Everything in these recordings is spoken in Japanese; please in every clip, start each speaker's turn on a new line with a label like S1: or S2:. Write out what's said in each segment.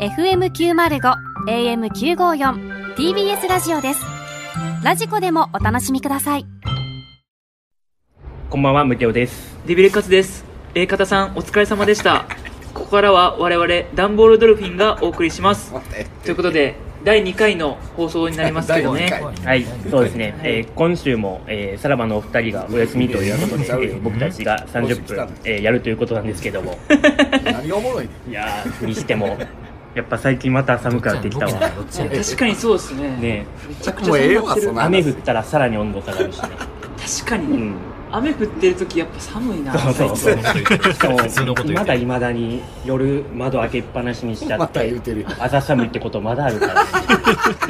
S1: FM905 AM954 TBS ラジオですラジコでもお楽しみください
S2: こんばんは、ムテオです。
S3: デビルカツです。A 方さん、お疲れ様でした。ここからは我々、ダンボールドルフィンがお送りします。
S4: 待って
S3: ということで、第2回の放送になりますけ ど
S4: 第二
S3: ね
S4: 回。
S2: はい、そうですね。えー今週も、えーさらばのお二人がお休みということで、えー僕たちが30分、えーやるということなんですけども、
S4: 何がおもろいね
S2: いやー、にしても、やっぱ最近また寒くなってきたわ。
S5: どっちやねん
S3: 確かにそうですね。
S2: ね
S3: めちゃくち
S4: も
S3: ゃ
S4: うええ
S3: 寒くなっ
S4: わ
S3: てる
S4: そ。んな
S2: 雨降
S4: 話
S2: ったらさらに温度下がるしね。
S3: 確か
S2: う
S3: に、
S2: ん。
S3: 雨降ってる時やっぱ寒いな。
S2: そうそうそう。しかも
S5: 普通のこと言うてる
S2: まだ未だに夜窓開けっぱなしにしちゃ
S4: ま
S2: った
S4: 言
S2: て
S4: う、てるよ
S2: 朝寒いってことまだあるから。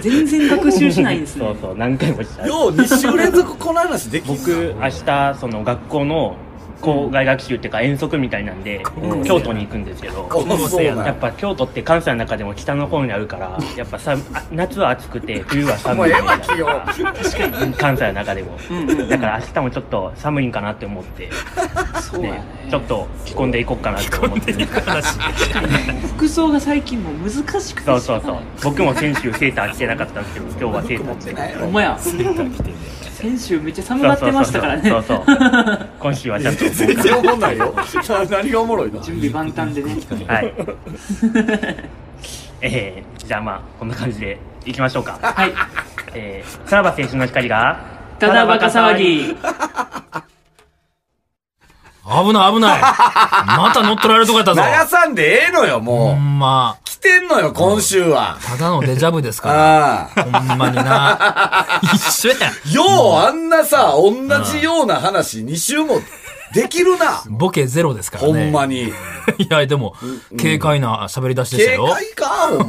S3: 全然学習しないんですね。
S2: そうそう、何回もしちゃう。
S4: よう2週連続この話できんな
S2: 僕明日その学校の校外学習っていうか遠足みたいなんで、
S3: うん
S2: 京都に行くんですけど、
S4: おそうなん
S2: やっぱ京都って関西の中でも北の方にあるからやっぱさあ夏は暑くて冬は寒いみたいな
S4: もうええわ
S2: うん関西の中でも、
S3: うんうんうん
S2: だから明日もちょっと寒いんかなって思って、
S3: そうや
S2: ね
S3: ね。
S2: ちょっと着込んでいこうかなって思って
S3: 服装が最近もう難しくて。
S2: そうそうそう。僕も先週セーター着てなかったんですけど今日はセーター着て
S4: ない
S3: ほんまや。先週めっちゃ寒がってましたからね
S2: そ。うそうそうそう今週はちゃんと
S4: 全然おもんないよ何がおもろいの
S3: 準備万端でね。
S2: はい。えー、じゃあまあ、こんな感じでいきましょうか。
S3: はい。
S2: えー、さらば青春の光が、
S3: ただバカ騒。ぎ。
S5: 危ない危ない。また乗っ取られるとこやったぞ。
S4: 流さんでええのよ
S5: ほ
S4: もうん
S5: ま。
S4: 来てんのよ今週は
S5: ただのデジャブですか
S4: ああ
S5: ら。ほんまにな。一緒やん。
S4: ようあんなさ同じような話2週もできるな
S5: ボケゼロですから
S4: ほ
S5: ね。
S4: んま。に
S5: いや、でも、軽快な喋り出しでした
S4: 警
S5: よ。
S4: 戒かほ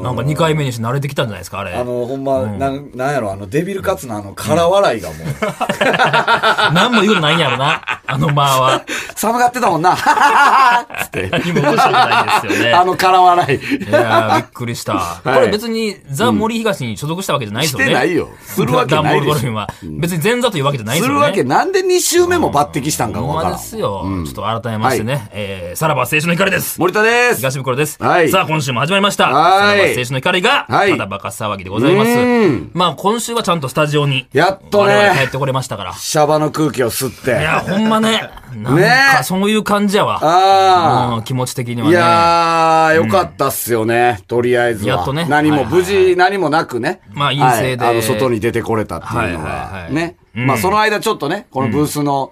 S4: んまに
S5: もうなんか2回目にして慣れてきたんじゃないですか、あれ。
S4: あのほんまなんなんやろあのデビルカツのあの空笑いがもう
S5: 何も言うことないんやろな。あの間は。
S4: 寒がってたもんな
S5: 何も起こしたないですよね。
S4: あの空笑い
S5: いやー、びっくりした。これ別にザ・森東に所属したわけじゃないです
S4: し
S5: よね。
S4: てないよするわけない
S5: ダンボール
S4: で
S5: ドル
S4: し
S5: フィ
S4: ょ
S5: ンは。別に前座というわけじゃないですすよ
S4: る
S5: ね。
S4: わけなんで2週目も抜擢したんかが
S5: ほん
S4: わか
S5: ま
S4: ら
S5: で
S4: ん
S5: すよ。ちょっと改めましてね、えー、さらば青春の光です。
S4: 森田です
S5: 東袋です。
S4: はい
S5: さあ、今週も始まりました。
S4: はい
S5: さらば青春の光が、
S4: はい
S5: ただバカ騒ぎでございます
S4: うん。
S5: まあ、今週はちゃんとスタジオに、
S4: やっとね
S5: 我々帰ってこれまし たから。い
S4: シャバの空気を吸って
S5: や、ほんまね、なん
S4: ね
S5: か、そういう感じやわ。
S4: ああ
S5: うん気持ち的にはね。
S4: いやー、よかったっすよね。とりあえずは。
S5: やっとね
S4: 何も、
S5: はいはい
S4: 無
S5: はい
S4: 事、何もなくね。
S5: まあ陰性で
S4: はいあの、外に出てこれたっていうの
S5: はいはい
S4: が
S5: は。い
S4: ね。
S5: うん
S4: まあ、その間ちょっとね、このブースの、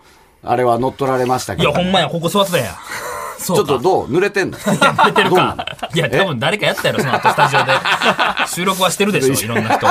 S4: あれは乗っ取られましたけ
S5: いや、
S4: ど。
S5: ほんまや、ここ座って たやん。ち
S4: ちょっとどう濡れてんの
S5: やってる
S4: どうなの
S5: か。いや、多分誰かやったやろ、その後ス タジオで。収録はしてるでしょ、いろんな人。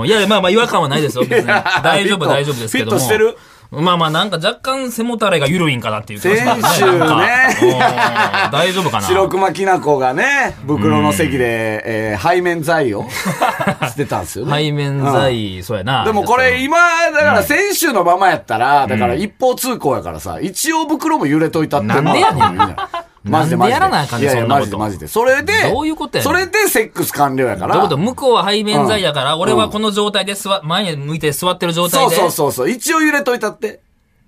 S5: うん、いや、まあまあ違和感はないですよ、別に。大丈夫、大丈夫ですけども。
S4: フィットしてる
S5: まあまあ、なんか若干背もたれが緩いんかなっていう感じ
S4: 先週
S5: なんか
S4: ね
S5: うん大丈夫かな。
S4: 白熊きなこがね、袋の席で、えー背面剤を 捨てたんですよね。
S5: 背面剤、そうやな。
S4: でもこれ今、だから先週のままやったら、だから一方通行やからさ、一応袋も揺れといたって。
S5: なんでやねん
S4: まあみな マジでマジで。
S5: なんでやらなあかんねん
S4: いやいや
S5: そんな
S4: マ
S5: こと
S4: ジでマジで。それで、
S5: どういうことやねん
S4: それでセックス完了やか
S5: どういう
S4: ら
S5: こと。向こうは背面剤やから、俺はこの状態で座、前に向いて座ってる状
S4: そ
S5: 態
S4: う
S5: で。
S4: そうそうそう。一応揺れといたって。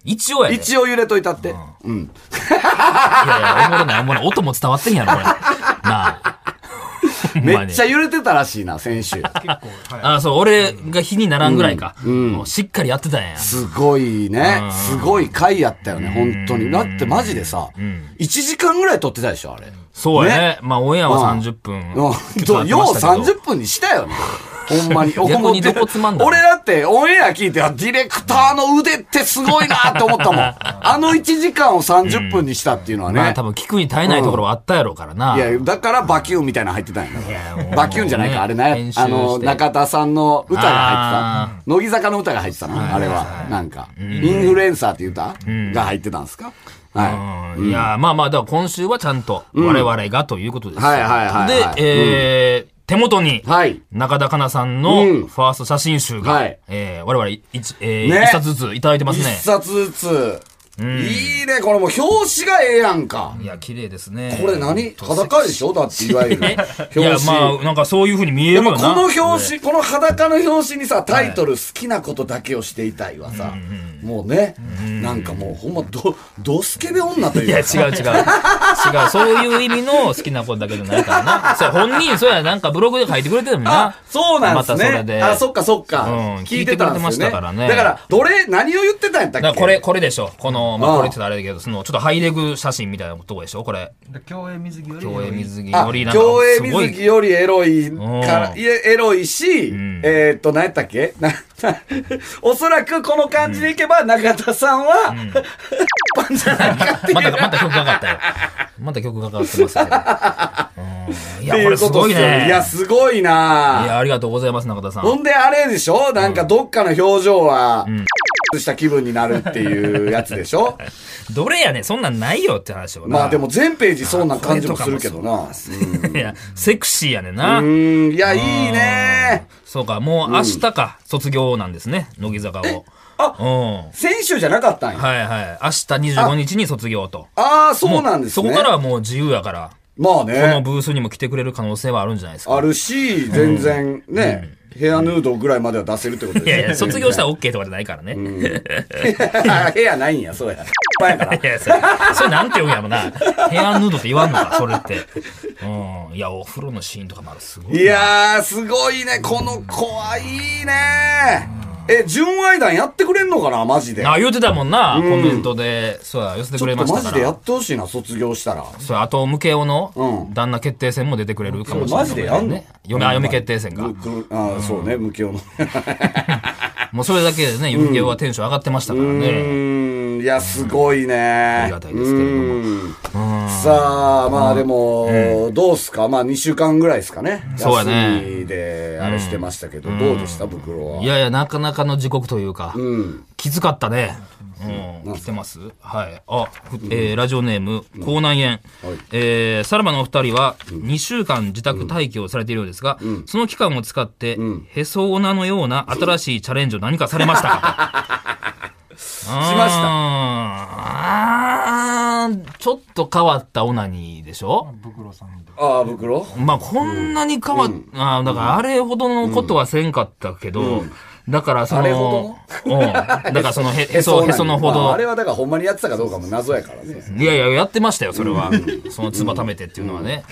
S5: 一応やで。
S4: 一応揺れといたって。うん。
S5: いやいや、おもろない、おもろない。音も伝わってんやろ、これ。なあ。ほん
S4: め
S5: まに
S4: っちゃ揺れてたらしいな、先 週。
S5: あ、そう、俺が火にならんぐらいか。もうしっかりやってたんや。
S4: すごいね。すごい回やったよね、本当に。だってマジでさ、1時間ぐらい撮ってたでしょ、あれ。
S5: そうやね。
S4: ね
S5: まあ、オンエアは
S4: うん
S5: 30分。
S4: うん、よう30分にした よね。ほんまに。
S5: 逆にどこつまんだ
S4: 俺だってオンエア聞いて、あディレクターの腕ってすごいなって思 ったもん。あの1時間を30分にしたっていうのはね。
S5: まあ、多分聞くに耐えないところはあったやろうからな。
S4: いや、だからバキュンみたいなの入ってたんや
S5: やもう
S4: バキュンじゃないか、あれね
S5: 編。集して
S4: あの、中田さんの歌が入ってた。乃木坂の歌が入ってたな、あれは。なんか。インフルエンサーっていう歌が入ってたんですかは
S5: うんいや、まあまあ、だから今週はちゃんと我々がということですよ。
S4: はいはいはいはい
S5: で、えー、手元に
S4: い。、はい。
S5: 中田香菜さん
S4: うん
S5: のファースト写真集
S4: は
S5: が
S4: い、
S5: えー我々一、えー
S4: ね
S5: 一冊ずついただいてます
S4: 一
S5: ね。
S4: 冊ずついいね、これもう表紙がええやんか。
S5: いや、綺麗ですね。
S4: これ何裸でしょだっていわゆる。
S5: い や、
S4: 表
S5: ま
S4: 紙。
S5: あ、なんかそういう風に見え
S4: で
S5: る
S4: も
S5: よな。
S4: この表紙、この裸の表紙にさ、タイトル、好きなことだけをしていたいはさ、もうね、なんかもうほんま、ど、どスケベ女という
S5: いや、
S4: か
S5: 違う違う。違う。そういう意味の好きなことだけじゃないからな。そう、本人、そうや、なんかブログで書いてくれてたもんな
S4: あ。、そうなんです
S5: またそれで
S4: ね。あ、そっかそっか
S5: うん。
S4: 聞いてたんです
S5: 聞いてくれてまし
S4: よ
S5: たから
S4: ね。
S5: ね
S4: だから、どれ、何を言ってたんやったっ
S5: だから
S4: け
S5: これ、これでしょ。この、ま
S4: あ
S5: あ、
S4: あ
S5: これって言ったらあれだけど、その、ちょっとハイレグ写真みたいなとこでしょこれ。
S6: 競泳水着より
S5: 競泳水着
S4: あ
S5: よりなんか、
S4: 競泳
S5: すご
S4: 水
S5: い。
S4: 着よりエロいか
S5: う
S4: ら、
S5: ん
S4: いえエロいし、
S5: ん
S4: えーっと、何やったっけ な、な、おそらくこの感じでいけば、中田さんは、パンじゃないかっていう。
S5: また、また曲かかったよ。また曲かかってますけど。うん
S4: って
S5: いや、こ
S4: い
S5: れ
S4: うこ
S5: す
S4: と
S5: ご
S4: で
S5: い
S4: すよ
S5: ね。
S4: ね。
S5: い
S4: いや、すごいな
S5: や、ありがとうございます、中田さん。
S4: ほんで、あれでしょなんか、どっかの表情は、した気分になるっていうやつでし ょ
S5: どれやねんそんなんないよって話をな。
S4: まあでも全ページそうな感じもするけどな。
S5: いや、セクシーやねんな。
S4: うん、うんいや、いいね
S5: そうか、もう明日か、卒業なんですね、乃木坂を。
S4: あ
S5: うん。
S4: 選手じゃなかったんや。
S5: はいはい。明日25日に卒業と。
S4: ああ、そうなんですね。
S5: もうそこからはもう自由やから、
S4: まあ
S5: この
S4: ね。
S5: ブースにも来てくれる可能性はあるんじゃないですか。
S4: あるし、全然ね、ヘアヌードぐらいまでは出せるってこと
S5: いや いや、
S4: ですよ
S5: 卒業したら OK とかじゃないからね。い
S4: ら。ヘアないんや、そう や。パンやから。
S5: や、それ、それなんて言うんやろな。ヘアヌードって言わんのか、それって。うん。いや、お風呂のシーンとかもある。すごいな。
S4: いやー、すごいね。この子はいいねえ、純愛団やってくれんのかなマジで。
S5: あ、言うてたもんな、コメントで。そうや、寄せて
S4: ち
S5: く
S4: ょ
S5: れ
S4: っと
S5: ました
S4: マ
S5: か
S4: ジでや
S5: ら
S4: っ。てほしいな、卒業したら。
S5: そう、あと、ムケオの
S4: うん
S5: 旦那決定戦も出てくれるかもしれな
S4: マ
S5: い。
S4: ジでやんの
S5: ね。嫁、あ、嫁決定戦が。
S4: ぐぐあーそうね、無形の。
S5: もうそれだけでね、余計はテンション上がってましたから
S4: う
S5: ね。
S4: ーん、いや、すごいね。あ
S5: りがたいですけれども
S4: さあ、まあでも、どうっすかまあ2週間ぐらいですかね。
S5: そうやね
S4: 休みで、あれしてましたけど、どうでしたブクロは。
S5: いやいや、なかなかの時刻というか、
S4: うん。
S5: きつかったね。うん、来てますはい。あ、ふえーラジオネーム、口内炎。えーさらばのお二人は、2週間自宅待機をされているようですが、その期間を使って、へそ女のような新しいチャレンジを何かされま したかしま
S4: した
S5: あーちょっと変わったオナニーでしょ
S4: ああ、ブクロ
S5: まあ、こんなに変わっ、ああ、だからあれほどのことはせんかったけど、だからその、
S4: あれほ
S5: うん。だからそ のへ、へそ、へそのほ
S4: まあ
S5: ど
S4: あれ。はだからほんまにやってたかどうかも謎やからね。
S5: いやいや、やってましたよ、それは。その、唾ためてっていうのはね。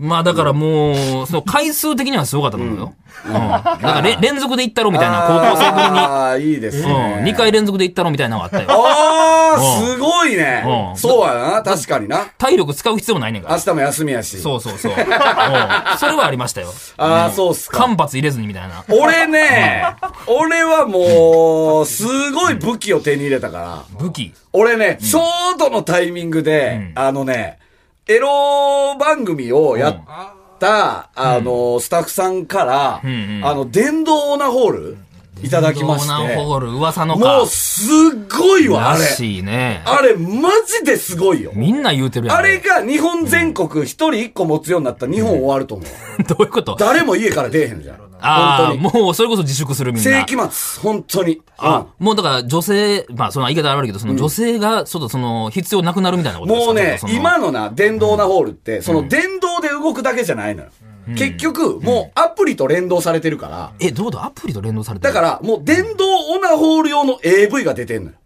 S5: まあ、だからもう、その、回数的にはすごかったと思うよ。うん。だかられ、連続で行ったろみたいな、高校生ぶりに。
S4: ああ、いいです
S5: うん。2
S4: ね。
S5: 回連続で行ったろみたいなのがあったよ。
S4: ああ、すごいね
S5: う。ん
S4: そうやな、確かにな。
S5: 体力使う必要もないねんか
S4: 明
S5: ら。
S4: 日も休みやし。
S5: そうそうそう。うん。それはありましたよ。
S4: ああ、そうっすか。
S5: 間髪入れずにみたいな。
S4: 俺ね、俺はもう、すごい武器を手に入れたから。
S5: 武器。
S4: 俺ね、ちょうどのタイミングで、あのね、エロ番組をやった、あの、スタッフさんから、
S5: んうん
S4: あの、電動オナホールいただきまし
S5: 電動ナ
S4: て、
S5: ンホール、噂のか。
S4: もうすっごいわ、あれ
S5: ら。しいね。
S4: あれ、マジですごいよ。
S5: みんな言うてるやん。
S4: あれが日本全国一人一個持つようになったら日本終わると思う。
S5: どういうこと
S4: 誰も家から出えへんじゃん。
S5: あ
S4: 本
S5: あ、
S4: 当に。
S5: もうそれこそ自粛するみん
S4: 世
S5: な。
S4: 紀末、本当に。うん
S5: もうだから女性、まあその言い方あるけど、その女性がちょっとその必要なくなるみたいなことですか
S4: もうね、
S5: その
S4: 今のな、電動なホールって、その電動で動くだけじゃないのよ。結局、もうアプリと連動されてるから、
S5: え、どうだアプリと連動されて
S4: だ
S5: る、
S4: からら、もう電動オナホール用の AV が出てんのよ。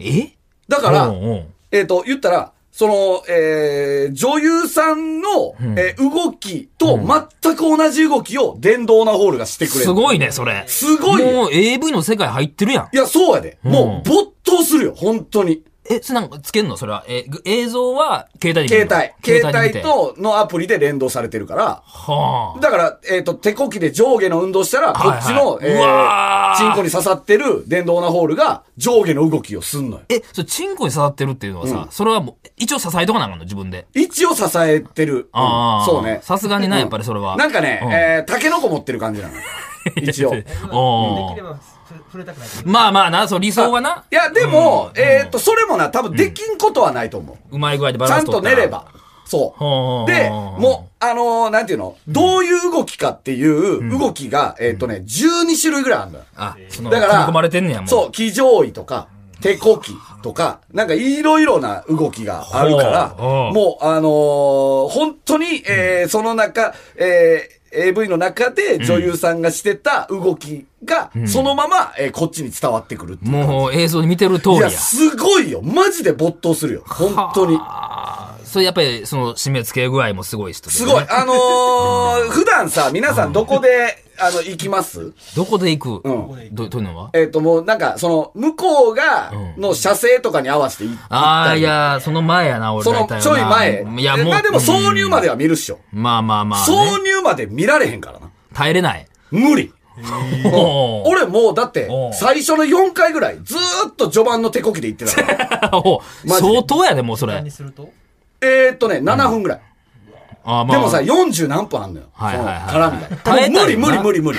S5: え
S4: だか
S5: う
S4: ら
S5: ん、うん
S4: えっと、言ったら、その、えー、女優さんの、えー動きと全く同じ動きを電動オナホールがしてくれる。
S5: すごいね、それ。
S4: すごいよ
S5: もう AV の世界入ってるやん。
S4: いや、そうやで。もう没頭するよ、本当に。
S5: え、それなんかつけんのそれは。え、ぐ映像は携帯で
S4: 携
S5: 見るの
S4: 帯。携
S5: で見
S4: 帯
S5: て。
S4: とのアプリで連動されてるから、
S5: は
S4: だから、えっ、と、手こきで上下の運動したら、こ
S5: はいはい
S4: っちの、
S5: うわ
S4: えー、
S5: ー
S4: チンコに刺さってる電動なホールが上下の動きをすんのよ。
S5: あ。え、それチンコに刺さってるっていうのはさ、それはもう、一応支えとかなあかんの自分で。
S4: 一応支えてる。
S5: あ
S4: うん
S5: あ。
S4: そうね。
S5: さすがにな、やっぱりそれは。
S4: なんかね、
S5: うん
S4: えー、タケノコ持ってる感じなのよ。 一応。い
S5: お
S6: できれ
S5: ー
S6: ばふ触れたくない
S5: まあまあな、そう理想は な。
S4: や、でも、えっ、と、それもな、多分できんことはないと思う。
S5: うまい具合でバ
S4: ち
S5: ラン
S4: ゃ
S5: ス
S4: ん
S5: 取
S4: と
S5: った
S4: 寝
S5: ら
S4: れ。ば。そ
S5: ほう
S4: う。で、もう、あのーなんていうのどういう動きかっていう動きが、えっ、とね、12種類ぐらいあるのよ。
S5: あ、その、
S4: だ
S5: 組
S4: か
S5: み
S4: ら、
S5: 込まれてんねや、もう。
S4: そう、騎乗位とか、手こきとか、なんかいろいろな動きがあるから、
S5: ほうほう
S4: もう、あのー本当に、えーその中、えー AV の中で女優さんがしてた動きが、そのまま、えーこっちに伝わってくるっていう感じ
S5: もう映像で見てる通り
S4: い
S5: や
S4: や、。すごいよ。マジで没頭するよ。本当に。
S5: それやっぱりその締め付け具合もすごい人でね
S4: すごい。あのー、普段さ、皆さんどこで、あの、行きます
S5: どこで行く
S4: ん
S5: どどういうのは
S4: えっ、と、もうなんか、その、向こうが、の射精とかに合わせて行ったり
S5: ああ、いや、その前やな、俺
S4: その
S5: 大体はな
S4: ちょい前。
S5: いや、もう。
S4: まあでも挿入まで
S5: は。
S4: は見るっしょ。
S5: まあまあまあね。
S4: 挿入まで見られへんからな。
S5: 耐えれない。
S4: 無理。
S5: おー
S4: 俺もうだって
S5: おう、
S4: 最初の4回ぐらい、ずーっと序盤の手こきで行ってたから。
S5: おー
S4: マジで
S5: 相当やで、もうそれ
S6: に。すると
S4: えーっとね、7分ぐらい。
S5: あーまあ
S4: でもさ、40何分あんのよ。
S5: はいはいはい
S4: その絡みが。
S5: 耐えたいよな
S4: もう無理無理無理無理。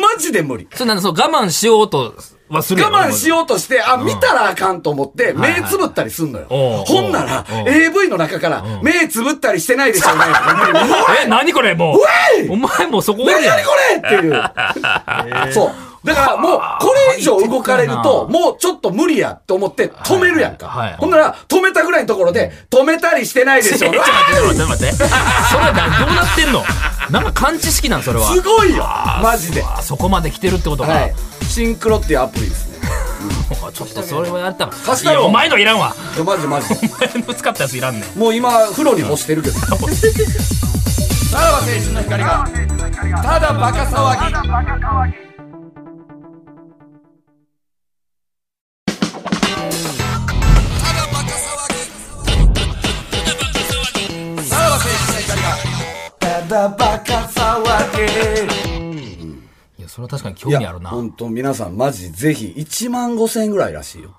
S4: マジで無理。
S5: それなんでそう我慢しようとはするやろ
S4: 我慢しようとして、あ、見たらあかんと思って、目つぶったりすんのよ。
S5: おう
S4: ほんなら
S5: お、う
S4: AV の中から、目つぶったりしてないでしょうね。うわ
S5: え、何これもう。
S4: えい
S5: お前もうそこお
S4: 何
S5: るやん。
S4: これって いう。そう。だからもう、これ以上動かれると、もうちょっと無理やと思って止めるやん
S5: はいはい
S4: か。ほんなら、止めたぐらいのところで、止めたりしてないで
S5: ち
S4: し
S5: ょ
S4: ょ
S5: っ
S4: うね。
S5: と待って、待って、待って。それはだどうなってんのなんか感知式なん、それは
S4: す。ごいよマジで。
S5: あそこまで来てるってことか。
S4: はい。シンクロっていうアプリですね。
S5: ちょっとそれはやったら。
S4: 貸し
S5: い
S4: たろ
S5: や、お前のいらんわ。
S4: いやマジマジ。
S5: お前の使ったやついらんねん。
S4: もう今、風呂に干してる けど。さらば青春の光が、ただバカ騒ぎ。
S5: いや、それは確かに興味あるな。
S4: 本当皆さんマジぜひ1万5千円ぐらいらしいよ。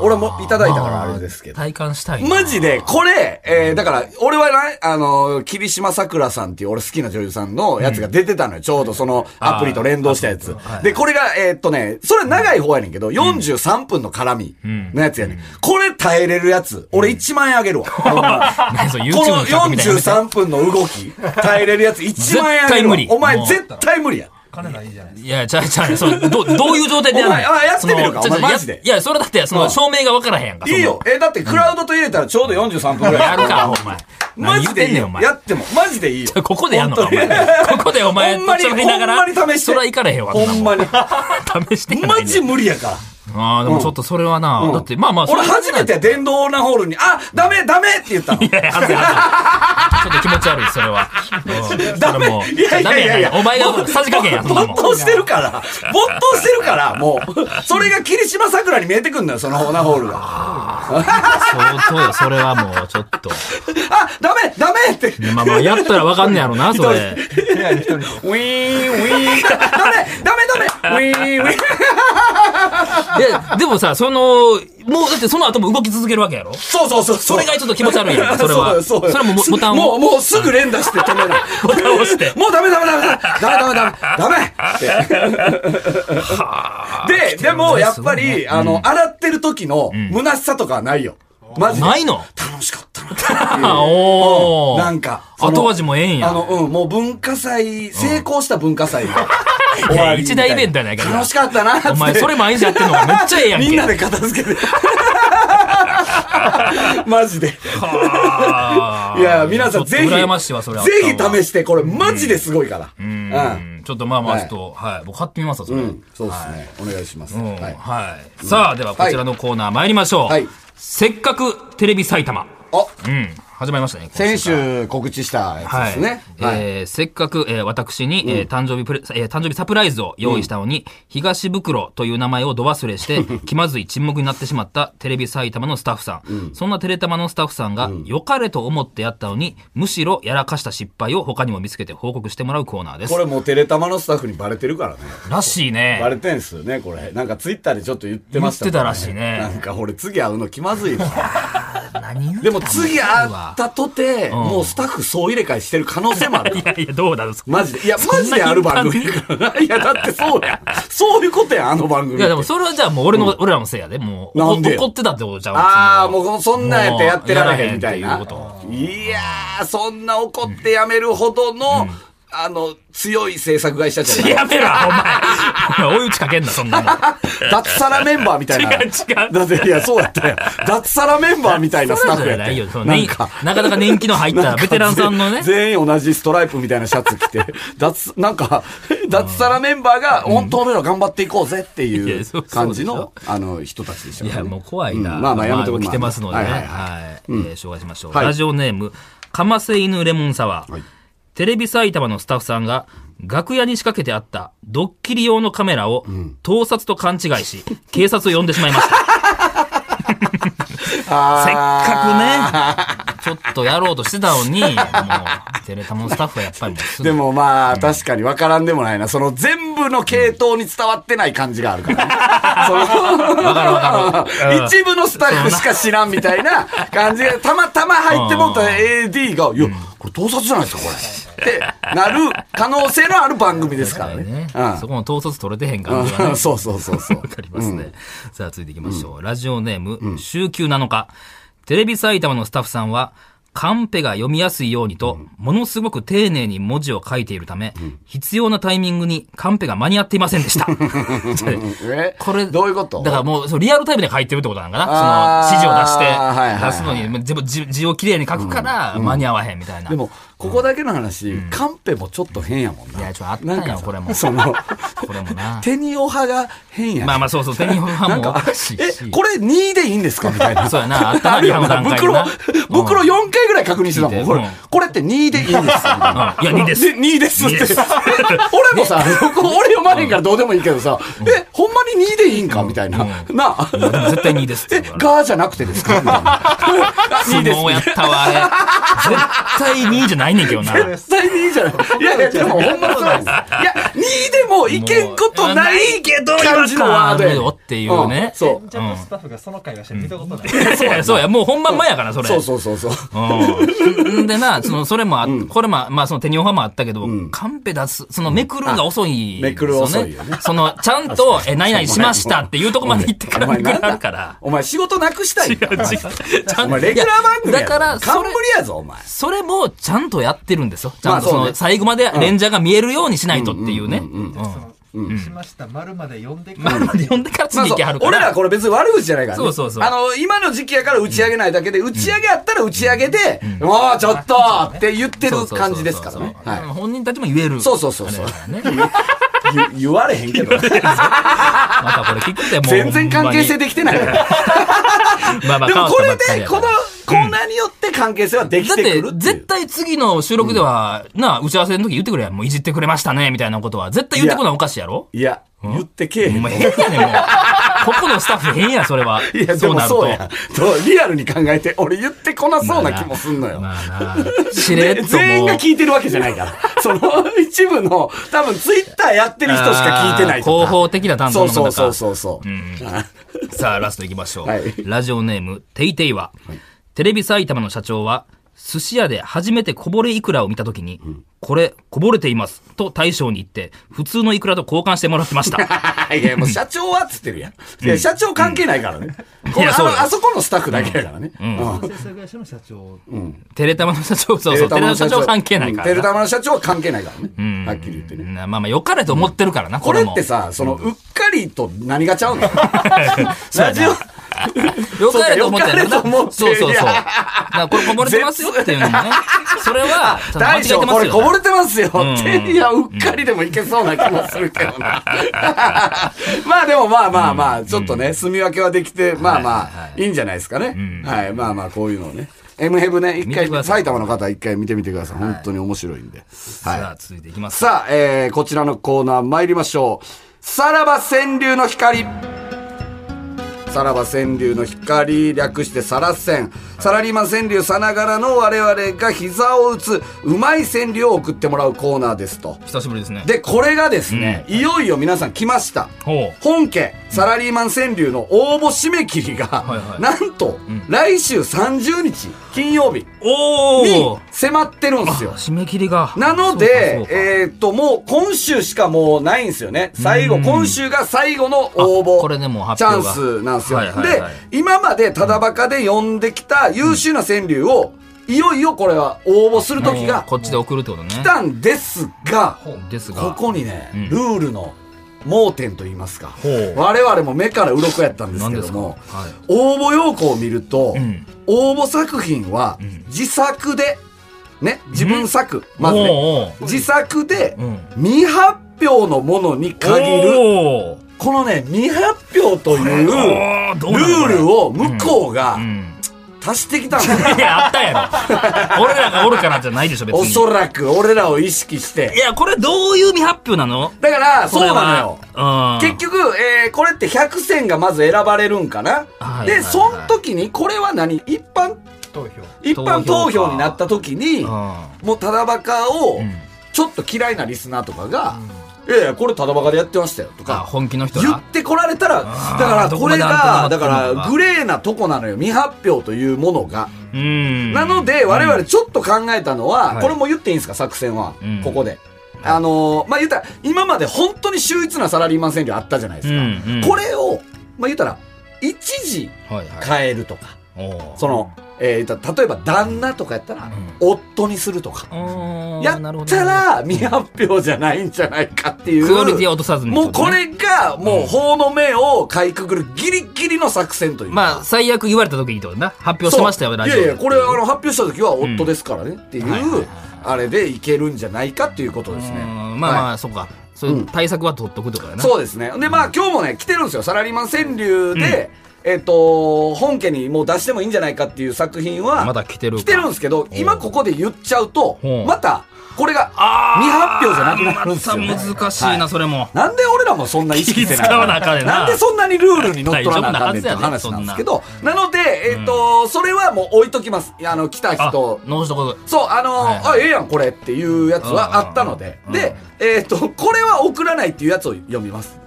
S4: 俺もいただいたからあれですけど。
S5: 体感したいな。
S4: マジで、これ、えー、だから、俺はね、あのー、霧島さくらさんっていう俺好きな女優さんのやつが出てたのよ。ちょうどそのアプリと連動したやつ。で、これが、えーっとね、それ長い方やねんけど、43分の絡みのやつやねん。これ耐えれるやつ、俺1万円あげるわ。ほん まに
S5: 何それ YouTube
S4: こ
S5: の
S4: の
S5: 企画みたいなやつ。
S4: 43分の動き、耐えれるやつ1万円あげるわ。
S5: 絶対無理
S4: お前
S5: もう
S4: 絶対無理や。
S6: 金がいいじゃないです
S5: いや、ちゃうちゃう、そのど、どういう状態でやるの
S4: お前あやってみるか
S5: その
S4: お前
S5: ちょ
S4: マ
S5: ち
S4: ジ
S5: ょ
S4: で
S5: やいや、それだって、その、証明がわからへんやんか。そ
S4: い
S5: の
S4: いよ。え、だってクラウドと入れたらちょうど43分ぐらい。
S5: やるか、お前。
S4: マジでいい
S5: 何言ってんねん、お
S4: よ。
S5: 前。
S4: やっても、マジでいいよ。
S5: ここでやんのか、お
S4: 本当
S5: 前
S4: に。
S5: ここでお前、
S4: ほんまに、
S5: とっちょけながら
S4: ほんまに試して。
S5: それは行かれへんわ。
S4: ほんまに。
S5: に。試してやないね
S4: マジ無理やから。
S5: ああ、でもちょっとそれはな、だって、まあまあ、
S4: 俺
S5: それは
S4: 初めて電動オーナーホールに、あ、ダメ、ダメって言ったの。
S5: いやいや、恥ずい恥ずいちょっと気持ち悪い、それは。う ん
S4: ダメ
S5: それもう
S4: いやいやいやいや
S5: ダメお前がさじ加減や、そんな
S4: 没
S5: もん。
S4: 頭してるから、没頭してるから、もう、それが霧島桜に見えてくんのよ、そのオーナーホールが。あ、
S5: 相当よ、それはもう、ちょっと。
S4: ダメ、ダメって。
S5: まあまあ、やったらわかんねやろな、それ。
S6: か。部屋に一人で。
S4: ウィーン、ウィーン、ダメ、ダメ、ダメ、ウィーン、ウィーン。
S5: で、でもさ、その、もう、だってその後も動き続けるわけやろ
S4: そうそうそう。
S5: それがちょっと気持ち悪いやんそれは
S4: そうよそうよ
S5: それもボボタンを
S4: もう、もうすぐ連打して止めない。
S5: ボタンを押して
S4: もうダメダメダメダメダメダメダメダメって。で、でもやっぱり、あの、洗ってる時の虚しさとかはないよ。マジで。
S5: ないの
S4: 楽しかったなっていう。
S5: おー
S4: うんなんか。その
S5: 後味もええんや
S4: あの、うん、もう文化祭、成功した文化 祭が。終わりみたいな
S5: 一大イベントやないか
S4: 楽しかったなっつって。
S5: お前、それ毎日やってんのがめっちゃええやんけ。
S4: みんなで片付けて。 マジで。
S5: あー
S4: いや、皆さんぜひ、
S5: ちょっと羨ましいわ、それは。
S4: ぜひ試して、これマジですごいから。う。
S5: うんん。ちょっとまあまあ、ちょっと、はい。僕買ってみますわ、そうれ。
S4: ん。そうですね。お願いします。
S5: うん
S4: はい。
S5: はい。さあ、ではこちらのコーナー参りましょう。
S4: はい
S5: せっかくテレビ埼玉。
S4: あ、
S5: うん。始まりましたね。
S4: 先
S5: 今週から。
S4: 週告知したやつ
S5: は
S4: で
S5: い
S4: すね。はい。
S5: えーせっかく、えー私に、えー誕生日プレ、えー誕生日サプライズを用意したのに、東袋という名前をど忘 れして、気まずい沈黙になってしまったテレビ埼玉のスタッフさん。そんなテレタマのスタッフさんが、良かれと思ってやったのに、むしろやらかした失敗を他にも見つけて報告してもらうコーナーです
S4: こ。れもうテレタマのスタッフにバレてるからね。
S5: らしいね。
S4: バレてんすよね、これ。なんかツイッターでちょっと言ってましたもん
S5: 言ってたらしいね
S4: なんか俺次会うの気まず いわ。
S5: 何言う
S4: でも次会ったとて、もうスタッフ総入れ替えしてる可能性もある
S5: い。やいや、どうだろう。
S4: マジで。いや、マジである番組やからな。いや、だってそうやん。 そういうことやん、あの番組って。
S5: いやでもそれはじゃあもう俺の、俺らのせいやで、もう。
S4: なんでよ
S5: 怒ってたってことじゃん。
S4: ああ、
S5: その
S4: もうそんなんやってやってられへんみたいな。
S5: もうやらへん
S4: い
S5: っていうこ
S4: やー、そんな怒ってやめるほどの、あの、強い制作会社じゃない。
S5: やめろ、お前。 追い打ちかけんな、そんなもん。
S4: 脱サラメンバーみたいな。
S5: 違う違う
S4: だって、いや、そうやったよ。脱サラメンバーみたいなスタッフ
S5: じ
S4: や
S5: ゃ
S4: っ
S5: な
S4: た
S5: い
S4: よ
S5: よ。その
S4: な
S5: ね
S4: んか。
S5: なかなか年季の入ったベテランさんのね。
S4: 全員同じストライプみたいなシャツ着て、 脱、なんか、脱サラメンバーが、本当俺ら頑張っていこうぜって
S5: い
S4: い
S5: やそうう
S4: 感じ
S5: そう
S4: の、あの、人たちでした
S5: い
S4: から
S5: や、
S4: ね
S5: もう怖いな。
S4: うんまあまあ、やめて
S5: 来てますのでね。はい。えー紹介しましょう。
S4: はい
S5: ラジオネーム、かませ犬レモンサワー。
S4: はい
S5: テレビ埼玉のスタッフさんが、楽屋に仕掛けてあったドッキリ用のカメラを盗撮と勘違いし、警察を呼んでしまいました。
S4: せっか
S5: せっかくね、ちょっとやろうとしてたのに、もう、テレタモのスタッフはやっぱりもうすぐ
S4: でもまあ、確かに分からんでもないな。その全部の系統に伝わってない感じがある からね。そ
S5: わかるわかる。
S4: の、一部のスタッフしか知らんみたいな感じが、たまたま入ってもった AD が、いや、これ盗撮じゃないですか、これ。ってなる可能性のある番組ですから
S5: うん
S4: ね
S5: ね。
S4: うん
S5: そこの統率取れてへん感じが
S4: う
S5: ね
S4: ん。そうそうそうそう。
S5: わかりますね。さあ、続いていきましょう。ラジオネーム、週休7日。テレビ埼玉のスタッフさんは、カンペが読みやすいようにと、ものすごく丁寧に文字を書いているため、必要なタイミングにカンペが間に合っていませんでした。
S4: え
S5: これ、
S4: どういうこと
S5: だからもう、そうリアルタイムで書いてるってことなのかなそ
S4: あー
S5: の、指示を出して、
S4: はいはい
S5: 出すのに、もう全部字字をきれいに書くから、間に合わへんみたいな。
S4: でも、ここだけの話、カンペもちょっと変やもんな。
S5: いやちょっとあったん
S4: な
S5: や
S4: んかさ
S5: これも
S4: そ の、
S5: これもな。
S4: 手におはが変やね
S5: まあまあそうそう、手に
S4: な
S5: 派
S4: ん
S5: もお
S4: か
S5: かしいし。
S4: え、これ2でいいんですかみたいな。
S5: そうやな
S4: あるよな。
S5: 頭に
S4: 袋
S5: 頭の段、
S4: 袋
S5: 階
S4: 4回ぐらい確認してたも
S5: 聞
S4: ん。
S5: いて
S4: これ
S5: うん、
S4: これって2でいいんですかみたいな
S5: うんいや二です
S4: 2ですって
S5: 二です。
S4: 俺もさ、ここ 俺読まねえからどうでもいいけどさ、え、ほんまに2でいいんかみたいな。なあ。
S5: でも絶対にいいですって
S4: え
S5: 言う、から。
S4: ガーじゃなくてですかみたい な
S5: 相撲やったわ、あれ。絶対にいいじゃないねんけど な。
S4: 絶対にいいじゃない。いやいや、でもほんまそうなんです。いや、2でもいけんことないけど、感じのワードやねん
S5: よっていうね
S4: ん。そう。
S6: ちゃんとスタッフがその会話して見たことない。
S5: そうや、そうや、もう本番前やから、それ。
S4: そうそうそうそう。
S5: うん。でな、その、それもあ、これも、まあ、その手にオファーもあったけど、カンペ出す、そのめくるのが遅い、
S4: あめくる遅いよね
S5: その、ちゃんと、え、何々しましたっていうとこまで行ってから
S4: お
S5: め
S4: 前
S5: く
S4: なん
S5: ら
S4: だ
S5: るから。
S4: お前仕事なくしたいんかお前
S5: 違うちゃ
S4: お
S5: んと
S4: 前レギュラー番組
S5: い
S4: や
S5: やだから、それ
S4: 冠、やぞ、お前。
S5: それもちゃんとやってるんですよ。ち
S4: ま
S5: ゃ
S4: あ
S5: んとそ
S4: そうね
S5: の、最後までレンジャーが見えるようにしないとっていうね。
S6: その、しました、丸まで呼んでか
S5: まあ、
S6: ら。
S5: 読んでから
S4: まあそ
S5: 次行
S4: う
S5: きはるから。
S4: 俺らこれ別に悪口じゃないからね。
S5: そうそうそう
S4: あの、今の時期やから打ち上げないだけで、打ち上げあったら打ち上げで、もうちょっとって言ってる感じですからね。
S5: そうそうそう
S4: は
S5: 本人たちも言える。
S4: そうそうそうそう
S5: あれだからね
S4: い。言言われへんけど。
S5: またこれ聞くってもう。
S4: 全然関係性
S5: で。
S4: できてないから。
S5: まあまあ
S4: でもこれで、
S5: 変
S4: こ
S5: わ
S4: の
S5: ったばっかりやから
S4: コーナーによって関係性はでき
S5: だって
S4: くるってい
S5: て
S4: う。、
S5: 絶対次の収録では、なあ、打ち合わせの時言ってくれやん。もういじってくれましたね、みたいなことは。絶対言ってこないおかしいやろ
S4: いや、言ってけえへ
S5: お
S4: ん。
S5: 前変やねん、もう。ここのスタッフ変や、それは。
S4: いや、で
S5: そう
S4: も
S5: なる
S4: そう
S5: と。
S4: や。そうリアルに考えて、俺言ってこなそうな気もすんのよ。
S5: まあな。 しれっともう。
S4: 全員が聞いてるわけじゃない から。その一部の、多分ツイッターやってる人しか聞いてないとか。
S5: 広報的な担当
S4: そう
S5: の方
S4: そ
S5: か。
S4: うそうそうそう。あ
S5: さあ、ラスト行きましょう。
S4: はい
S5: ラジオネーム、ていていは、テレビ埼玉の社長は、寿司屋で初めてこぼれイクラを見たときに、これ、こぼれています、と大将に言って、普通のイクラと交換してもらってま した。
S4: いや、もう社長はっつってるやん。いや、社長関係ないからね。こ
S5: い
S4: れ
S5: や
S4: あ
S5: そう
S4: の
S5: よ
S4: あそこのスタッフだけやからね。うん
S6: 制作会社の社長。
S5: テレタマの社長、そうそう、テレタマの社長関係ないか
S4: テレ
S5: ら
S4: タ
S5: な。
S4: マの社長は関係ないからね。はっきり言ってね。
S5: なまあまあ、よかれと思ってるからな、
S4: こ
S5: こ
S4: れ
S5: れ
S4: っ
S5: も。
S4: てさ、その、うっかりと何がち ゃうのラジオ、
S5: よかれと思って
S4: そうかよか
S5: る
S4: れと思ってる
S5: そうそうそう。
S4: いや
S5: だからこれこぼれてますよっていうの もね。それは、ちょっと間違
S4: 大
S5: えて
S4: 将
S5: ま
S4: こ
S5: す
S4: れこぼ
S5: よ。
S4: れてますよっ
S5: うん
S4: て、いや、うっかりでもいけそうな気もするけどな。 まあでもまあまあまあ、ちょっとね、住み分けはできて、まあまあ、いいんじゃないですかね。はい、まあまあ、こういうのをね。M ヘブね、一
S5: 見てくだ
S4: 回、
S5: さ
S4: 埼
S5: い
S4: 玉の方一回見てみてください。本当に面白いんで。
S5: さ
S4: は
S5: あ、
S4: い。
S5: 続いていきます。
S4: さあ、えーこちらのコーナー参りましょう。さらば川柳の光。さらば川柳の光略してサラセンサラリーマン川柳さながらの我々が膝を打つうまい川柳を送ってもらうコーナーですと
S5: 久しぶりですね。
S4: でこれがですね、いよいよ皆さん来ました
S5: ほう
S4: 本家サラリーマン川柳の応募締め切りが、
S5: いはい
S4: なんと、来週30日金曜日
S5: お
S4: に
S5: ー
S4: 迫ってるんですよ
S5: 締め切りが。
S4: なの
S5: そうかそ
S4: で、
S5: うか
S4: えーっと、もう今週しかもうないんですよね。最後、
S5: うん
S4: 今週が最後の応募。
S5: あこれでもう発表が
S4: チャンスなんですよ。
S5: はいはいはい
S4: で、今までただバカで呼んできた優秀な川柳を、いよいよこれは応募する時
S5: も
S4: が
S5: うこっちで送るってことね
S4: 来。たんですが、
S5: ですが。
S4: ここにね、
S5: ん
S4: ルールの盲点と言いますか
S5: ほう
S4: 我々も目から鱗やったんですけども
S5: 何ですかはい
S4: 応募要項を見ると、
S5: ん
S4: 応募作品は自作で、ね、自分作まずね
S5: おうおう
S4: 自作で
S5: うん
S4: 未発表のものに限る
S5: おう
S4: このね未発表というル
S5: おうどうなのこ
S4: ー
S5: れ
S4: ルを向こうが
S5: うん
S4: 足してきたんですよ
S5: いやあったや ろ俺らがおるからじゃないでしょ別
S4: お
S5: に
S4: そらく俺らを意識して
S5: いやこれどういう未発表なの
S4: だからそうなのよ
S5: これはうん
S4: 結局、えーこれって100選がまず選ばれるんかな、
S5: はいはいは
S4: で、
S5: い
S4: その時に、これは何一般、
S6: 投票
S4: 一般投
S5: 投票
S4: 票
S5: か
S4: になった時に、
S5: う
S4: もうただバカを
S5: ん、
S4: ちょっと嫌いなリスナーとかが、いやいや、これただバカでやってましたよ、と
S5: あ
S4: か。
S5: 本気の人
S4: 言
S5: が
S4: ってこられたら、だ
S5: あー
S4: からこれが、
S5: ど
S4: だ
S5: こまで
S4: か
S5: あ
S4: ら
S5: ったのか
S4: グレーなとこなのよ、未発表というものが。
S5: うん
S4: なので、我々ちょっと考えたのは、
S5: はい
S4: これも言っていいんですか、作戦は
S5: うん。
S4: ここで。あのー、まあ、言ったら、今まで本当に秀逸なサラリーマン選挙あったじゃないで
S5: うん
S4: す
S5: うん
S4: か。これを、まあ、言ったら、一時
S5: はいはい
S4: 変えるとか、
S5: おう
S4: その、えー言ったら例えば旦那とかやったら、夫にするとか。
S5: おー
S4: や
S5: なるほ
S4: っ
S5: ど
S4: たら、未発表じゃないんじゃないかっていう。
S5: クオリティは落とさずに
S4: もうこれが、もう法の目をかいくぐるギリギリの作戦というか。
S5: まあ最悪言われた時にってことだな発表してましたよ
S4: そう
S5: ラジオ
S4: い
S5: で
S4: やいやこれあの発表した時は夫ですからねっていう、
S5: はいはいはい
S4: あれでいけるんじゃないかっていうことですね
S5: うんまあま
S4: はい
S5: あそうかそういう対策は取っとくとかやな
S4: そうですねでまあ今日もね来てるんですよサラリーマン川柳で、えっ、と本家にもう出してもいいんじゃないかっていう作品は
S5: まだ来てるか
S4: 来てるんですけど今ここで言っちゃうと
S5: ほう
S4: またこれが未発表じゃなくなるんですよ、ね
S5: また難しいなそれも
S4: なんで俺らもそんな意識して
S5: 気使わなあかんねんなん
S4: でそんなにルールにのっとらなあかんねんって話なんですけど、なので、えっと、それはもう置いときます。あの、来た
S5: あ
S4: 人。
S5: 脳死とこと
S4: そう、あの、
S5: はいはい
S4: あ、ええやん、これっていうやつはあったので。
S5: うん
S4: で、えっと、これは送らないっていうやつを読み ます。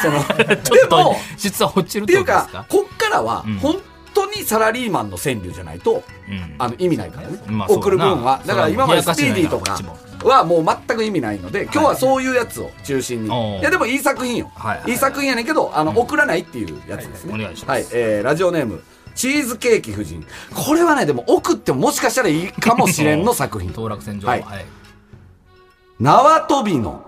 S4: その、でも、
S5: 質は落ちる
S4: っ
S5: っ
S4: て
S5: て
S4: いう
S5: ことです
S4: か
S5: か、
S4: こっからは
S5: うん、
S4: 本当にサラリーマンの川柳じゃないと、
S5: うん
S4: あの意味ないからね、
S5: まあそうだな
S4: 送る分は
S5: そ
S4: だ
S5: れは
S4: から今までスピーディーと
S5: 冷やか
S4: か
S5: しじゃないなこ
S4: はもう全く意味ないので今日はそういうやつを中心に、
S5: おう
S4: い、やでもいい作品よ、
S5: はい
S4: い
S5: はい
S4: い作品やねんけどあの、送らないっていうやつですね、
S5: お願いしま
S4: は
S5: す
S4: いえーラジオネームチーズケーキ夫人これはねでも送ってももしかしたらいいかもしれんの作品
S5: 当落線上
S4: は
S5: はいい
S4: 縄跳びの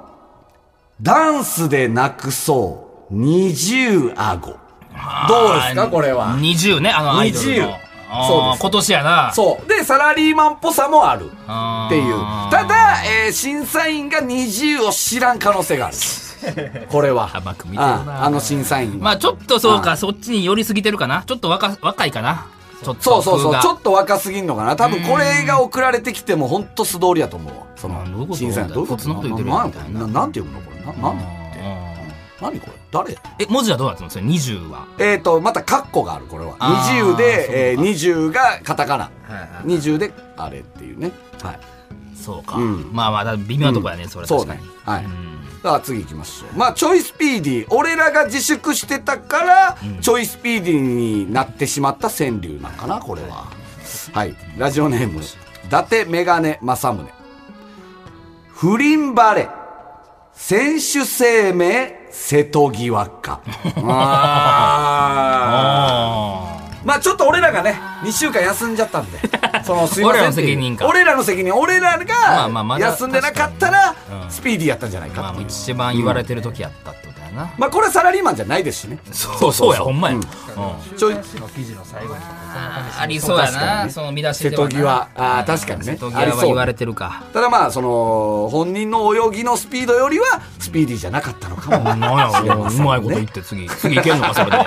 S4: ダンスでなくそう二重顎どうですかこれは
S5: 20ねあのアイドル
S4: 20
S5: のあー
S4: そうです
S5: 今年やな
S4: そうでサラリーマンっぽさもある
S5: あー
S4: っていう。ただ、えー審査員が20を知らん可能性がある。 これは。
S5: 甘く見てる
S4: ああ
S5: な
S4: あの審査員は。
S5: まあちょっとそう
S4: あ
S5: かそっちに寄りすぎてるかなちょっと若若いかなちょっと
S4: そうそうそう。ちょ
S5: と
S4: っと若すぎんのかな。多分これが送られてきても本当素通りやと思うわ。その
S5: あどういうこと
S4: 審査員。どういうこと
S5: そんなこと言ってる
S4: なな
S5: みたいな
S4: ななんて読むのこれ。な、なんて何これ誰
S5: え文字はどうなってるんですか20は
S4: えっ、と、またカッコがある、これは。
S5: あー
S4: 20で、えー、20がカタカナ。
S6: はいはい
S4: 20であれっていうね。はい。
S5: そうか
S4: うん
S5: まあまあ微妙なとこやねそれは
S4: そう
S5: 確か
S4: ね
S5: に。
S4: はい。では次行きましょう。まあ、ちょいスピーディー。俺らが自粛してたから、ちょいスピーディーになってしまった川柳なんかな、これは。はい。ラジオネーム、伊達メガネ正宗。不倫バレ、選手生命、瀬戸際 か。あー
S5: あ
S4: まあちょっと俺らがね、2週間休んじゃったん で。そのすいません
S5: 俺らの責任か
S4: 俺らの責任。俺ら
S5: あまあ
S4: が
S5: まだ
S4: 休んでなかった、
S5: 確からに
S4: スピーディーやったんじゃない
S5: ーま
S4: か
S5: あ
S4: って
S5: も
S4: いうう。
S5: 一番言われてる時やったってことやな
S4: まあこれはサラリーマンじゃないですしね。
S5: そうそうやほんまやうん
S4: ちょい
S6: 週刊誌の記事の最後に
S5: あありそうや
S4: 確かに
S5: な
S4: ね
S5: その見出し
S4: 瀬
S5: で
S4: 戸
S5: はな
S4: 際。ああ、確かにね
S5: 瀬戸。
S4: あ
S5: 際
S4: り
S5: は
S4: そ
S5: 言
S4: う
S5: わ
S4: ね。
S5: れてるか
S4: ただまあ、その、本人の泳ぎのスピードよりは、スピーディーじゃなかったの かも。
S5: なんやうまいこと言って次次いけんのかそれでな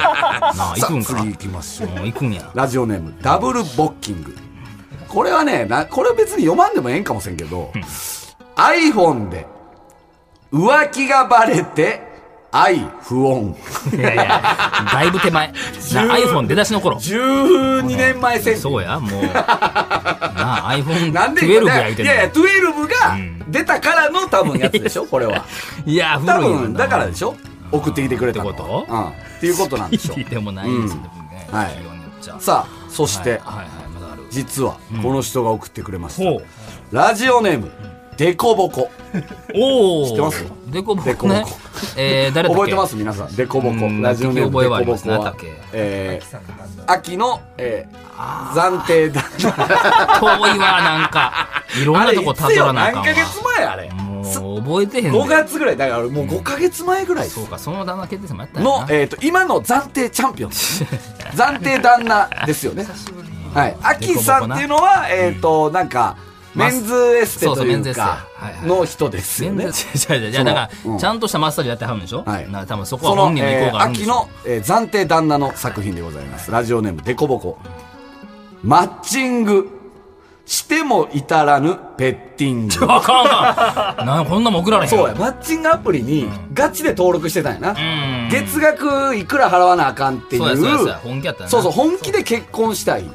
S5: あ行
S4: さ
S5: く
S4: あ、
S5: んか
S4: 次行きましょう。
S5: もう行くんや
S4: ラジオネーム、ダブルボッキング。これはね、なこれは別に読まんでもええんかもせんけど、iPhone で、浮気がバレて、愛不穏。
S5: いやいやだいぶ手 前な iPhone 出だしの頃
S4: 12年前戦
S5: そうやもうなあ
S4: なんで
S5: iPhone12 や言うてん
S4: い
S5: の
S4: やいや、12が出たからの多分やつでしょ、これ は。
S5: いや
S4: 多
S5: 古いよな
S4: 分、だからでしょ送ってきてくれたのは
S5: ってこと
S4: うん。っていうことなんで しょう
S5: いい。でもないですよね
S4: はい
S5: 企業によっちゃ
S4: さあ、そして、
S5: はいはいまだある
S4: 実は、この人が送ってくれました。
S5: ほう
S4: ラジオネーム、デコボコ。
S5: おお
S4: 知ってます
S5: デコボ
S4: デコ
S5: コ
S4: ボ
S5: ね
S4: コ
S5: えー誰だっけ
S4: 覚えてます皆さん。デコボコ
S5: う。ん
S4: ラジオネーム、
S5: 聞き覚えはあ
S4: デ
S5: り
S4: コボ
S5: ます
S4: コ
S5: ね
S4: は
S5: 竹。
S4: え
S6: さんの旦那
S4: ー、秋の、えー、暫定だ。
S5: 遠いわなんかいろん
S4: あ
S5: な
S4: れ、
S5: とこ
S4: い
S5: た
S4: つ
S5: ど
S4: よ
S5: らなあ
S4: 何
S5: かん
S4: ヶ
S5: わ
S4: 月前あれ。
S5: もうもう覚えてへんで
S4: 5月ぐらい、だからもう5ヶ月前ぐらいです
S5: そうかその旦那決定戦もやったんや
S4: の
S5: な、
S4: えっと今の暫定チャン ピオン暫定旦那ですよねはい秋さんっていうのはえっとなんかメンズエステ
S5: そうそ
S4: と
S5: う
S4: い
S5: メンズ
S4: う
S5: エステ
S4: か
S5: はいはい
S4: の人ですよ
S5: 全然
S4: ね
S5: 違う違う違うだから、ちゃんとしたマッサージやってはるんでしょ、
S4: はい
S5: な多分そこ
S4: そ
S5: は本
S4: の、
S5: 人の意
S4: え
S5: 向
S4: ー
S5: があるんで
S4: 秋
S5: しょ
S4: の、えー暫定旦那の作品でございますラジオネームデコボコマッチングしても至らぬペッティ ング
S5: あかんわなんこんなもん送られへん
S4: そうやマッチングアプリにガチで登録してたんやな、
S5: ん
S4: 月額いくら払わなあかんっていう
S5: そうやそうやそうや本気やったな
S4: そうそう、本気で結婚したい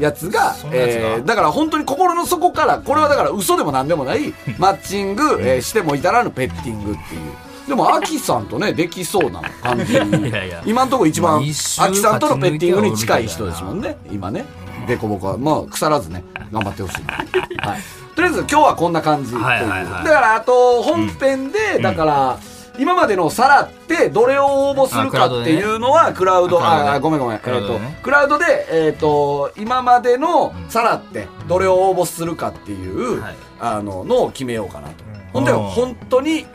S4: やつが
S5: そ、んなやつが
S4: えーだから本当に心の底から、これはだから嘘でも何でもない、マッチング、えーしても至らぬペッティングっていう。でも、アキさんとね、できそうな感じ。
S5: いやいや
S4: 今のところ一番、
S5: まあ
S4: アキ
S5: 一周
S4: さんとのペッティングに近い人ですもんね、今ね。でこぼこは、まあ、腐らずね、頑張ってほしいな。はい。とりあえず今日はこんな感じという。
S5: はいはいはい
S4: だから、あと、本編で、だから、今までのさらってどれを応募するかっていうのはクラウド、
S5: あクラウドね
S4: ああごめんごめん、
S5: クラウドね
S4: えっとクラウドで、えっと今までのさらってどれを応募するかっていう、
S5: はい
S4: あののを決めようかなと、ほんで
S5: うん
S4: 本当に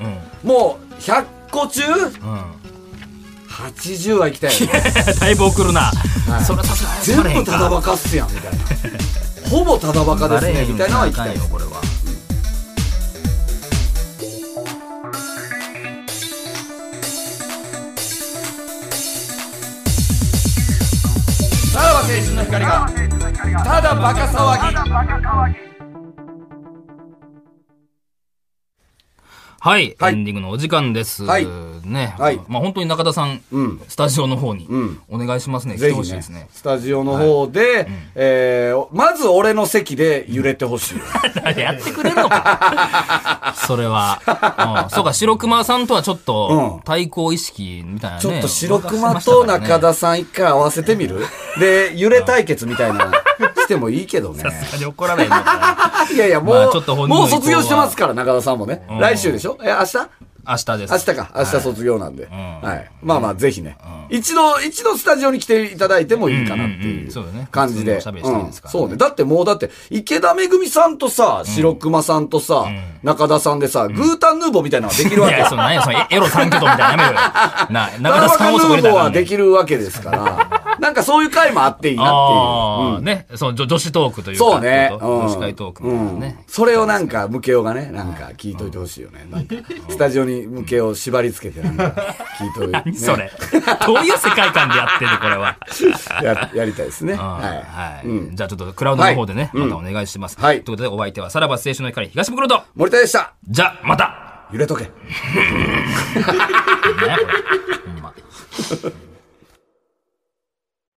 S5: うん
S4: もう100個中
S5: うん
S4: 80は行きたいよね
S5: だいぶ送るな、それはさす
S4: 全
S5: がに
S4: 部ただバカっすやんみたいなほぼただバカですねみたいなのは行きたいよ
S5: これは
S4: さらば青春の光がただバカ騒ぎ
S5: はい、
S4: はい
S5: エンディングのお時間です。
S4: はい
S5: ね、
S4: はい
S5: まあ本当に中田さん、
S4: ん
S5: スタジオの方に
S4: ん
S5: お願いしますね。来
S4: ぜ
S5: て
S4: ひ
S5: ほしいで
S4: ね
S5: すね。
S4: スタジオの方で、えーまず俺の席で揺れてほしい。
S5: やってくれるのかそれは。 うんそうか、白熊さんとはちょっ
S4: うん
S5: と対抗意識みたいなね。
S4: ちょっと白熊と中田さん一回合わせてみる、で、揺れ対決みたいなのしてもいいけどね。
S5: さすがに怒らないのか
S4: いやいや、もう、
S5: まあちょっと本人
S4: も
S5: の意向は
S4: う卒業してますから、中田さんもね。
S5: ん
S4: 来週でしょえ、明日
S5: な明日です。
S4: 明日か。明日卒業なんで。
S5: ん
S4: はい。まあまあ、ぜひね。一度、一度スタジオに来ていただいてもいいかなって
S5: うんうん
S4: い
S5: うんそうだ
S4: う
S5: ね
S4: 感じで。
S5: 普通におしゃべりしたいですからね
S4: そうね。だってもう、だって、池田めぐみさんとさ、白熊さんとさ、中田さんでさ、グータンヌーボーみたいなのができるわ
S5: い
S4: け
S5: や、その、何や、その、エエロ三巨頭みたいなの やめろよ。な、中田さんをそこ
S4: ヌー
S5: 入れた
S4: ボー
S5: らあか
S4: は
S5: んねん
S4: できるわけです から、なんかそういう回もあっていいなっていう
S5: あ。あ、
S4: うん
S5: ね、その女女子トークというか。
S4: そうね。
S5: ちょ
S4: うん
S5: っと女子会トークみたいなね。
S4: うんそれをなんか、ムケオがね、なんか聞いといてほしいよね。なんか、スタジオにムケオ縛り付けて、なんか、聞いといて。
S5: 何それ。どういう世界観でやってんの、こ れは。
S4: や、やりたいですね。
S5: は。
S4: はいい。うん
S5: じゃあちょっとクラウドの方でね、
S4: はい
S5: ま
S4: うん
S5: たお願いします。
S4: はい
S5: ということでお相手はさらば青春の光東袋と、
S4: 森田でした。
S5: じゃあまた
S4: 揺れとけ。
S5: 何やこれほんま